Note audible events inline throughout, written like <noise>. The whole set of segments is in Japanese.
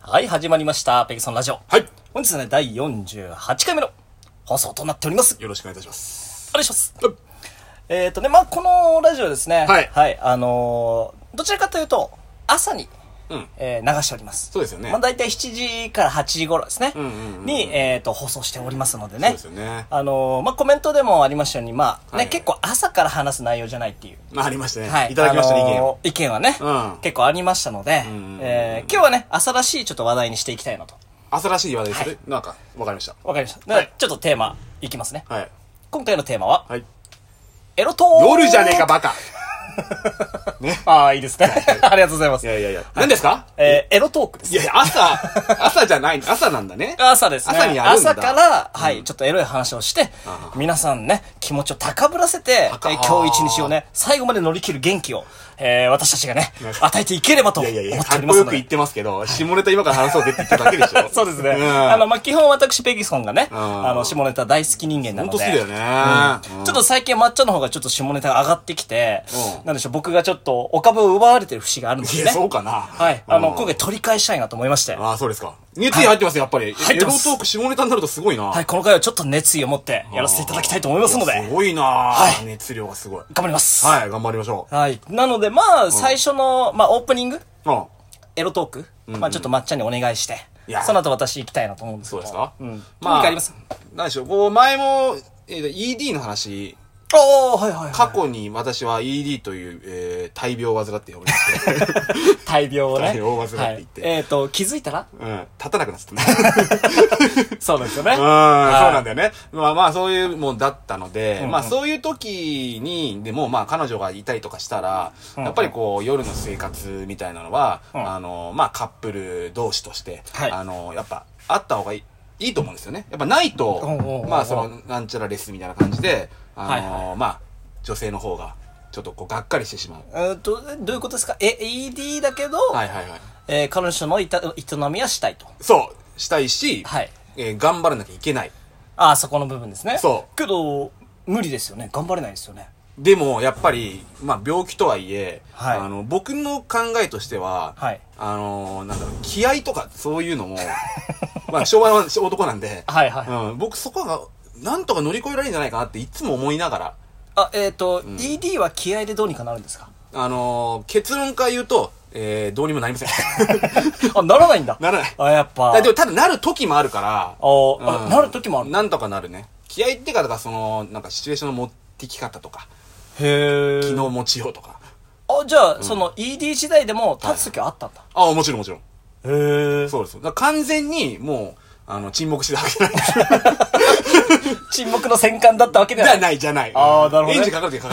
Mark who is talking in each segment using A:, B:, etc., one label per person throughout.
A: はい、始まりました。ペグソンラジオ。
B: はい。
A: 本日はね、第48回目の放送となっております。
B: よろしくお願いいたします。
A: お願いします。
B: うん
A: えっ、とね、まあ、このラジオですね。
B: はい
A: はい、あのーどちらかというと、朝に、
B: うん。
A: えー流しております。
B: そうですよね
A: まあ、大体7時から8時頃ですね。
B: うんうんうん
A: に、えっ、と、放送しておりますのでね。
B: そうですよね
A: あのーまあ、コメントでもありましたように、まあ、ね、
B: はい
A: 結構朝から話す内容じゃないっていう。
B: まあ、ありましたね。。
A: はい
B: ただきましたね、
A: あのー
B: 意見を。
A: 意見はね、
B: うん
A: 結構ありましたので、
B: ん
A: えー今日はね、朝らしいちょっと話題にしていきたいなと。
B: 朝らしい話題する。なんか、わかりました。
A: わかりました。で
B: はい
A: ちょっとテーマいきますね。
B: はい。
A: 今回のテーマは、
B: はい。
A: エロトーク
B: 夜じゃねえか、バカ。
A: ああ、いいですね。 <laughs> ありがとうございま
B: い
A: す。
B: やいやいや。何ですか
A: えーエロトークです。
B: いやいや、朝、
A: <laughs>
B: 朝じゃない、朝なんだね。
A: 朝ですね。
B: 朝にやるんだ
A: 朝から、はい、ちょっとエロい話をして、皆さんね、気持ちを高ぶらせて、え
B: 高
A: ー今日一日をね、最後まで乗り切る元気を、えー私たちがね、与えていければと
B: い
A: 思
B: や
A: っ
B: いやい
A: て
B: や、か
A: お
B: っ
A: り
B: こ
A: ます
B: よ
A: の
B: く言っ
A: で。
B: てますけど、下ネタ今から話そうぜって言っただけでしょ。
A: <laughs> そうですね。
B: ん
A: あの、まあ、基本私、ペギソンがね、
B: ん
A: あの、下ネタ大好き人間なの
B: 本当好
A: で。
B: きだよね。うん
A: ちょっと最近抹茶の方がちょっと下ネタが上がってきて、
B: うん
A: なんでしょう、僕がちょっとお株を奪われてる節があるんです
B: い
A: よ
B: や、
A: ね。
B: そうかな。
A: は。
B: はい
A: あの、今回取り返したいなと思いまして。は
B: ああ、そうですか。熱意入ってますよ、やっぱり。
A: 入
B: 入
A: っ
B: ってて
A: ま
B: ますす。エロトーク下ネタになるとすごいな。
A: い、この回はちょっと熱意を持ってやらせていただきたいと思いますので、
B: いや
A: 頑
B: すごいなはい熱量がすごい。
A: 張ります。
B: はい、頑張りましょう。
A: はい。なので、まあ、最初の、まあ、オープニング、
B: うん。
A: エロトーク、まあ、ちょっと抹茶にお願いして
B: いや、
A: その後私行きたいなと思うんですけ
B: そう
A: ど。
B: ですか
A: うん。まあ、あります。。
B: 何でしょう、こう、前も、えー ED の話、
A: おー、はいはい、はい。
B: 過去に私は ED という、えー、大病を患っておりまして、
A: 大病をね。
B: 大病を患っていて
A: はいえっ、と、気づいたら
B: うん、立たなくなっちゃったね。
A: そうですよね。
B: うん、そうなんだよね。まあまあ、そういうもんだったので、
A: うん
B: まあそういう時に、でもまあ彼女がいたりとかしたら、
A: ん
B: やっぱりこう、夜の生活みたいなのは、
A: うん
B: あの、まあカップル同士として、
A: はい
B: あの、やっぱ、あった方がいい。いいと思うんですよね。やっぱないと、
A: うんうんうんうん
B: まあその、なんちゃらレッスンみたいな感じで、あの、
A: はい
B: まあ、女性の方が、ちょっとこう、がっかりしてしまう。
A: えっと、どういうことですかえ、ED だけど、
B: はいはいはい。
A: えー彼女のいた営みはしたいと。
B: そう、したいし、
A: はい。
B: えー頑張らなきゃいけない。
A: ああ、そこの部分ですね。
B: そう
A: けど、無理ですよね。頑張れないですよね。
B: でも、やっぱり、まあ、病気とはいえ、
A: はい
B: あの、僕の考えとしては、
A: はい
B: あの、なんだろう、気合とか、そういうのも、 <laughs> まあ、昭和の男なんで、
A: はいはい
B: うん、僕そこが、なんとか乗り越えられるんじゃないかなって、いつも思いながら、
A: あ、えっ、と、ED は気合でどうにかなるんですか
B: あの、結論から言うと、えー、どうにも
A: <laughs>
B: なりません。
A: あ、ならないんだ。
B: ならない
A: あ、やっぱ。
B: だでも、ただ、なる時もあるから、
A: おーあなる時もある
B: なんとかなるね。気合ってか、だから、その、なんか、シチュエーションの持ってき方とか、
A: へえ。
B: 気の持ちようとか。
A: あ、じゃあ、その ED 時代でも立つ時はあったんだ。
B: ああ、もちろんもちろん。
A: へえ。
B: そうです。だから完全に、もう、あの、沈黙してたわけじゃない。 <laughs>
A: 沈黙の戦艦だったわけで
B: じゃ
A: は
B: あ
A: ない。
B: ない、じゃない。
A: あーなるほどね
B: エンジンかかる時か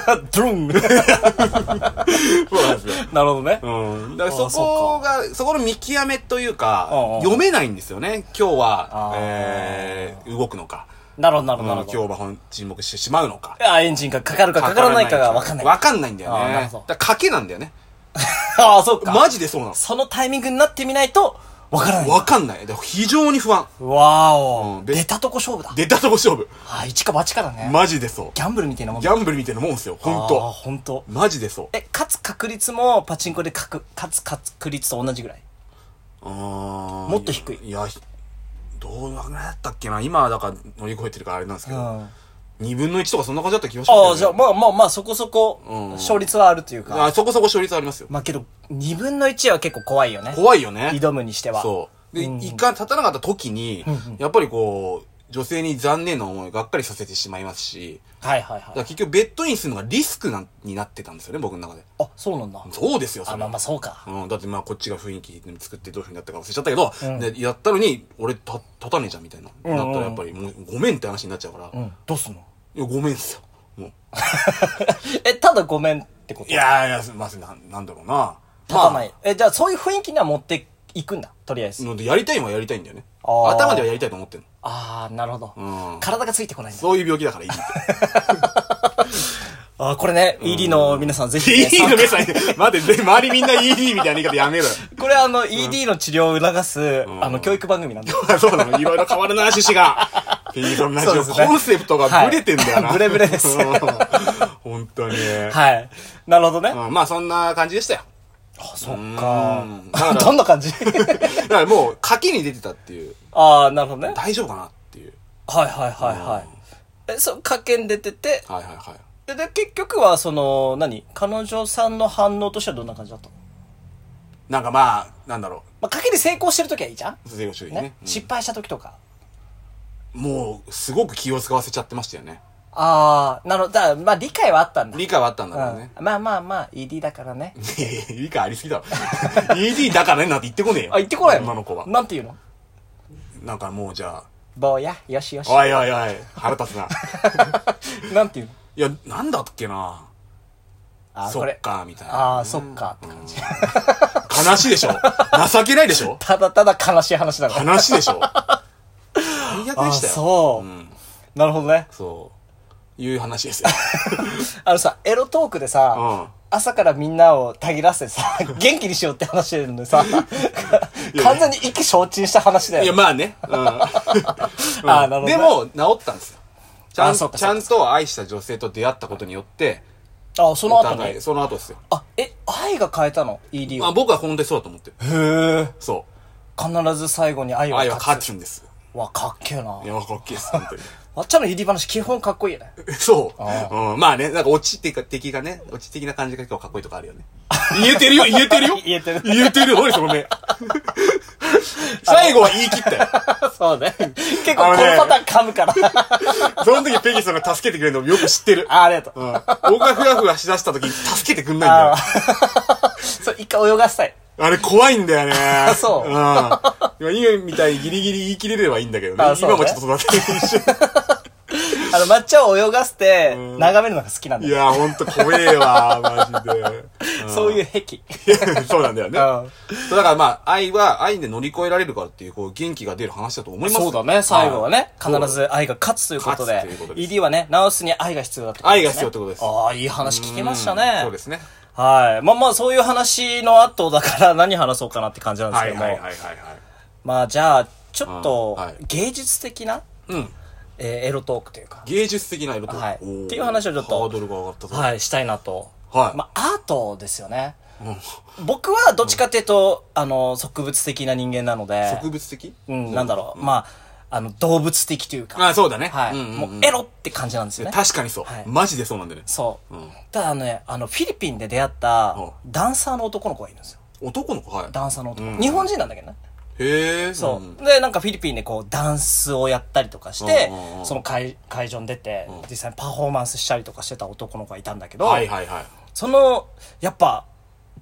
B: か
A: <laughs>
B: るね。
A: ドゥン
B: そうなんですよ。
A: なるほどね。
B: <laughs> うん。だか
A: あー
B: らそこが、そこの見極めという
A: うんう
B: か
A: ん、
B: 読めないんですよね。今日
A: あ
B: は
A: ー、
B: えー、動くのか。
A: なるほど、なる
B: う
A: ほ
B: ん
A: ど、なる
B: 今
A: ほど。
B: 日は本沈黙してしまうのか。
A: あ、エンジンがかかるかかからないかがわかんない。
B: わかんないんだよ
A: あーなる
B: ね。だ
A: ほど
B: から賭けなんだよね。
A: ああ、そうか。
B: マジでそうな
A: そのタイミングになってみないと、わからない
B: の。。わかんない。だから非常に不安。
A: わーお、
B: うんで
A: 出たとこ勝負だ。
B: 出たとこ勝負。
A: あ、一か八かだね。
B: マジでそう。
A: ギャンブルみたいなもん
B: ギ
A: だ。
B: ャンブルみたいなもんですよ。本
A: あー
B: 当
A: ほんと。
B: マジでそう。
A: え、勝つ確率もパチンコで勝く勝つ確率と同じぐらい。も
B: も
A: っと低い
B: いや、ひどうぐらいだったっけな今はだから乗り越えてるからあれなんですけ
A: うん。
B: ど、
A: あ
B: 二2分の1とかそんな感じだった気がします
A: あ、じゃあ、まあまあまあ、そこそこ、
B: うん
A: 勝率はあるというか。
B: あ、そこそこ勝率ありますよ。
A: まあけど、二分の一は結構怖いよね。
B: 怖いよね。
A: 挑むにしては。
B: そう。で、
A: うん
B: 一回立たなかった時に、やっぱりこう、女性に残念な思い、がっかりさせてしまいますし、
A: はいはいは
B: だから
A: い。
B: 結局ベッドインするのがリスクなんになってたんですよね、僕の中で。
A: あ、そうなんだ。
B: そうですよ、そ
A: あ、
B: れ
A: まあ
B: は
A: まあそうか。
B: うん、だってまあこっちが雰囲気作ってどういう風になったか忘れちゃったけど、でやったのに、俺た立たねえじゃんみたいな。
A: ん
B: なったらやっぱり、もうごめんって話になっちゃうから、
A: うん。どうすんの
B: いや、ごめんっすよ。もう。
A: え、ただごめんってこと
B: いやいや、すまず、なん、なんだろうな。
A: 立たない
B: ま。
A: え、じゃあそういう雰囲気には持っていくんだ。とりあえ
B: あ、
A: ず。
B: ので、やりたいもんはやりたいんだよね。
A: あー
B: 頭ではやりたいと思ってん
A: ああ、なるほど。
B: の。うん。
A: 体がついてこないんだ。
B: そういう病
A: <laughs>
B: 気だからいいって。
A: あーこれね、ED の皆さんぜひ
B: <laughs>
A: ね、
B: ED の目さん、待って、で周りみんな ED みたいな言い方やめろよ。 <laughs>
A: これあの、ED の治療を促す、
B: ん
A: あの、教育番組なんで。
B: そうなの、いろいろ変わるな、趣
A: <laughs>
B: 旨が。ピーソンラジ
A: そう
B: オ、
A: ですね
B: コンセプトがブレてんだよ
A: は
B: な。
A: い <laughs> ブレブレです
B: <laughs> うん。本当に。
A: はい。なるほどね。
B: うんまあ、そんな感じでしたよ。
A: あ、そっか
B: うんだか。
A: <laughs>
B: ら
A: どんな
B: <laughs>
A: 感じ
B: だからもう、賭けに出てたっていう、
A: ああ、なるほどね。
B: 大丈夫かなっていう。
A: はいはいはいはい。え、そう、賭けに出てて、
B: はいはいはい。
A: で、で結局は、その、何彼女さんの反応としてはどんな感じだったの
B: なんかまあ、なんだろ
A: まあ、賭けで成功してるときはいいじゃん
B: う、税後処理ね
A: ね。失敗したときとか。
B: うんもう、すごく気を使わせちゃってましたよね。
A: ああ、なるほど。だからまあ、理解はあったんだ。
B: 理解はあったんだろうね。
A: うんまあまあまあ、ED だからね。
B: <laughs> 理解ありすぎだろ。ED だからねなんて言ってこねえよ。
A: あ、言ってこないの
B: 女の子は。
A: なんて言うの
B: なんかもうじゃあ、
A: 坊や、よしよし。
B: おいおいおい、腹立つな。
A: <laughs> なんて言うの
B: いや、なんだっけな。
A: あー、
B: そ
A: これ
B: っ。か、みたいな。
A: ああ、そっかって感じ。
B: 悲しいでしょ。情けないでしょ。
A: ただただ悲しい話だから。
B: 悲しいでしょ。最悪でしたよ。
A: あそう
B: うん。
A: なるほどね。
B: そう。いう話ですよ。
A: あのさ、エロトークでさ、
B: うん
A: 朝からみんなをたぎらせてさ、 <laughs> 元気にしようって話してるのに <laughs> さ、完全に意気消沈した話だよ。 <laughs>
B: いや、まあね。うん。
A: あーなるほどね
B: でも、治ったんですよ。ちゃ
A: あ
B: ん
A: そうか
B: ちゃんと愛した女性と出会ったことによって、
A: あ、その
B: お
A: 後
B: 互
A: に
B: い、。その後ですよ。
A: あ、え、愛が変えたの ?ED
B: まあ
A: を。
B: 僕は本当にそうだと思って
A: へ
B: る。
A: え。
B: そ
A: 必ず最後に愛
B: う。
A: は
B: 愛
A: 勝つ。
B: は勝つんです。。
A: わ、かっけえない
B: や、かっけえです、本当に。 <laughs>
A: あっちゃんの ED 話基本かっこいいよね。
B: そう。うん、まあね、なんか落ちっていうか、敵がね、落ち的な感じが結構かっこいいとかあるよね。言えてるよ、言えてるよ
A: <laughs> 言えてる
B: 言えてるよ、何その
A: <laughs>
B: 目。最後は言い切ったよ。
A: <laughs> そうね。 <laughs> 結構このパターン噛むから。
B: その時ペギーさんが助けてくれるのもよく知ってる。
A: <laughs> あ、ありがとう。
B: うん。僕がふらふらしだした時に助けてくんないんだ
A: あ
B: よ。
A: ー <laughs> そう、一回泳がせたい。
B: あれ怖いんだよね。
A: <laughs> そう
B: うん。今みたいにギリギリ言い切れればいいんだけどね。
A: あそうね
B: 今もちょっと育ててる一緒
A: あの、抹茶を泳がせて、
B: うん
A: 眺めるのが好きなんだ
B: い
A: よ。
B: や、ほんと怖えわ、マジで。
A: そういう癖。
B: うん。 <laughs> そうなんだよね。
A: うん。
B: そうだからまあ、愛は、愛で乗り越えられるからっていう、こう、元気が出る話だと思います。
A: そうだね、最後はね、
B: い
A: 必ず愛が勝つということで
B: 勝つということ、です
A: ED はね、直すに愛が必要だってこと
B: 愛
A: で
B: が
A: すね
B: 必要ってことです。
A: ああ、いい話聞きました
B: うん
A: ね。
B: そうですね。
A: はい。まあまあ、そういう話の後だから <laughs> 何話そうかなって感じなんです
B: は
A: け
B: い
A: ど
B: はいはい
A: も。
B: はいはい。
A: まあ、じゃあ、ちょっと
B: うんはい、
A: 芸術的な、
B: うん。
A: えーエロトークというか、
B: 芸術的な色と。
A: はい
B: おー
A: っていう話をちょっと
B: ハードルが上がったぞ。
A: はい、したいなと。
B: はい
A: まあ、アートですよね。僕はどっちかっていうと、あの、植物的な人間なので、
B: 植物的
A: うん、なんだろう、まあ、あの、動物的というか、
B: あ、そうだね。
A: はい、
B: うんうんうん
A: もうエロって感じなんですよね。
B: 確かにそう
A: はい。
B: マジでそうなんだよね。
A: そう、
B: うん
A: ただね、あの、フィリピンで出会った
B: は、
A: ダンサーの男の子がいるんですよ。
B: 男の子はい。
A: ダンサーの男。
B: うん
A: 日本人なんだけどね。
B: へえ。
A: そう、
B: ん
A: で、なんかフィリピンでこう、ダンスをやったりとかして、
B: うんうんうん
A: その会会場に出て、実際にパフォーマンスしたりとかしてた男の子がいたんだけど、
B: はいはいはい。
A: その、やっぱ、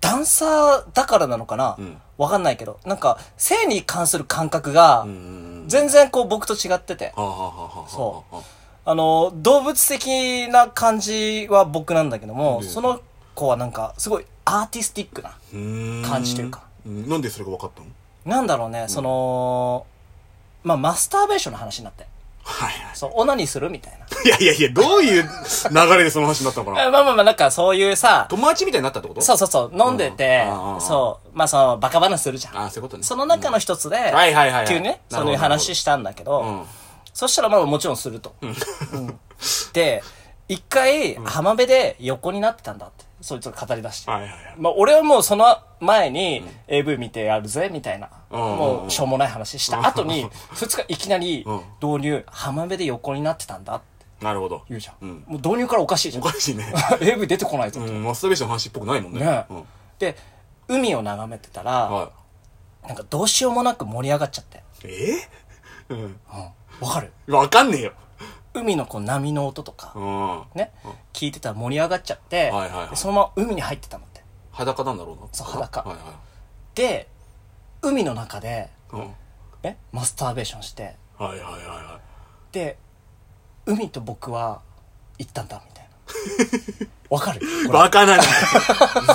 A: ダンサーだからなのかな、
B: ん
A: わかんないけど、なんか、性に関する感覚が
B: う、ん。
A: 全然こう僕と違ってて、
B: はあはあはあはあ
A: そ
B: はあ
A: あの、動物的な感じは僕なんだけども、
B: で
A: その子はなんか、すごいアーティスティックな、
B: うーん
A: 感じというか。
B: んなんでそれが分かったの
A: なんだろうね、その、まあ、マスターベーションの話になって、
B: はいは
A: そう、オナニーするみたいな。
B: い。いやいやいや、どういう流れでその話になったのかな
A: え <laughs> まあまあまあ、なんかそういうさ、
B: 友達みたいになったってこと
A: そうそうそう、飲んでて
B: うんうんう、ん
A: そう、まあその、バカ話するじゃん。
B: ああ、そういうことね。
A: その中の一つで、
B: はいはいはいはい
A: 急にね、
B: なる
A: そ
B: ほど
A: ういう話したんだけど、
B: なるほどうん
A: そしたらまあもちろんすると。うん <laughs> で、一回浜辺で横になってたんだって、そいつが語り出して。
B: はいはいはい
A: まあ俺はもうその前に AV 見てやるぜ、みたいな、
B: うんうんうん
A: もうしょうもない話した後に、2日いきなり
B: うん
A: 導入、浜辺で横になってたんだって
B: なるほど。
A: 言うじゃん。
B: うん
A: もう導入からおかしいじゃ
B: お
A: ん。
B: かし
A: <laughs>
B: いね。
A: AV 出てこないと。
B: うん、マスターベーションの話っぽくないもんね。
A: ね
B: うん。
A: で、海を眺めてたら、
B: は
A: なんかどうしようもなく盛り上がっちゃって。
B: い。えーうん。
A: うんわかる
B: わかんねえよ。
A: 海のこう波の音とか、
B: うん。
A: ね、聞いてたら盛り上がっちゃって、
B: はいはいはい
A: でそのまま海に入ってたのって。
B: 裸なんだろうな。
A: そう裸
B: はいは
A: で、海の中で、
B: い。うん。
A: ね、マスターベーションして、
B: はいはいはいは
A: で、海と僕は行ったんだ、みたいな。
B: <laughs>
A: わかる
B: い。バカなん
A: <laughs>
B: だよ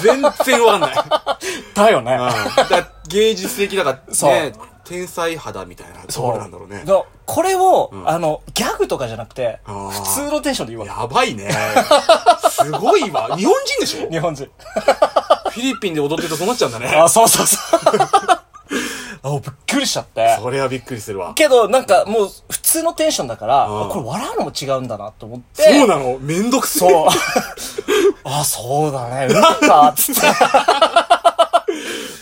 B: 全然わかんない。
A: だよね。
B: うん。だ芸術的だから、
A: そう
B: ね、天才肌みたいなところなんだろうね。
A: だこれを、
B: ん
A: あの、ギャグとかじゃなくて、
B: あー
A: 普通のテンションで言わない。
B: やばいね。すごいわ。日本人でしょ
A: 日本
B: <laughs>
A: 人。
B: フィリピンで踊ってるとそうなっちゃうんだね。
A: あ、そうそうそう。あ、びっくりしちゃって。
B: それはびっくりするわ。
A: けど、なんかもう、普通のテンションだから、
B: う
A: あ
B: ん
A: これ笑うのも違うんだなと思って。
B: そうなのめ
A: <laughs>
B: んどくせえ。
A: そう。あ、そうだね。うんか、つって。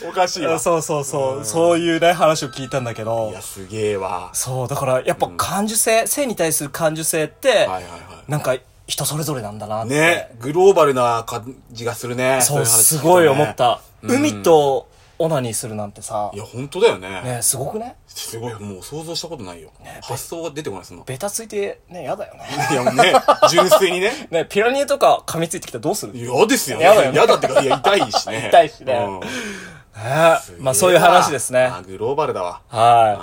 B: おかしいわ。
A: そうそうそう、そういうね、話を聞いたんだけ
B: い
A: ど
B: や、、すげえわ。
A: そう、だからやっぱ感受性、性に対する感受性って、
B: はいはいは
A: なんか人それぞれなんだなっ
B: い。
A: て。
B: ね、グローバルな感じがするね。
A: そう、
B: い話
A: すごい思っ
B: ね。
A: た。海とオナニーするなんてさ
B: い、や、本当だよね。
A: ね、すごくね
B: すごい、もう想像したことないよ。発想が出てこない、その。
A: ベタついて、ね、やだよね。
B: いや、もうね、純粋にね。
A: ね、ピラニエとか噛みついてきたらどうするね
B: 嫌ですよね。
A: 嫌だよね
B: 嫌だってか、いや、痛いしね。
A: 痛いしね
B: うん
A: まあそういう話ですね。
B: あグローバルだわ。
A: は
B: あ
A: い。
B: ー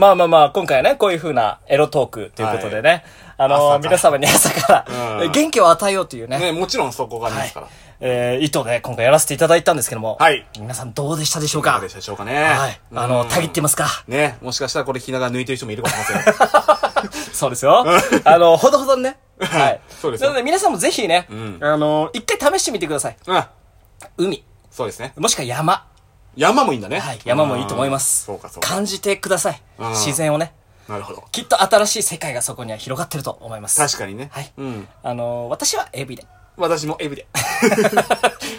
A: まあまあまあ、今回はね、こういう風なエロトークということでね、あの
B: 朝から
A: 皆様に朝から、
B: うん
A: 元気を与えようというね、
B: ね、もちろんそこがありま
A: はい
B: すから。
A: えー、意図で今回やらせていただいたんですけども、
B: はい
A: 皆さんどうでしたでしょう
B: いかが
A: か
B: でしたでしょうかね。
A: はい。あの、
B: うん
A: たぎってますか
B: ね、もしかしたらこれ聞きながら抜いてる人もいるかもしれません。
A: そうですよ。あの、ほどほどにね。はい。
B: そうです
A: な
B: よ
A: ので皆さんもぜひね、
B: ん
A: あの、一回試してみてください。
B: <laughs> うん。
A: 海、
B: そうですね。
A: もしくは山。
B: 山もいいんだね。
A: はい。山もいいと思います。
B: うんそうかそうか。
A: 感じてください
B: うん。
A: 自然をね。
B: なるほど。
A: きっと新しい世界がそこには広がってると思います。
B: 確かにね。
A: はい
B: うん。
A: あの、私はエビで。
B: 私もエビで。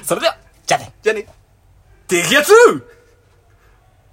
A: それでは、じゃあね。
B: じゃあね。できやつ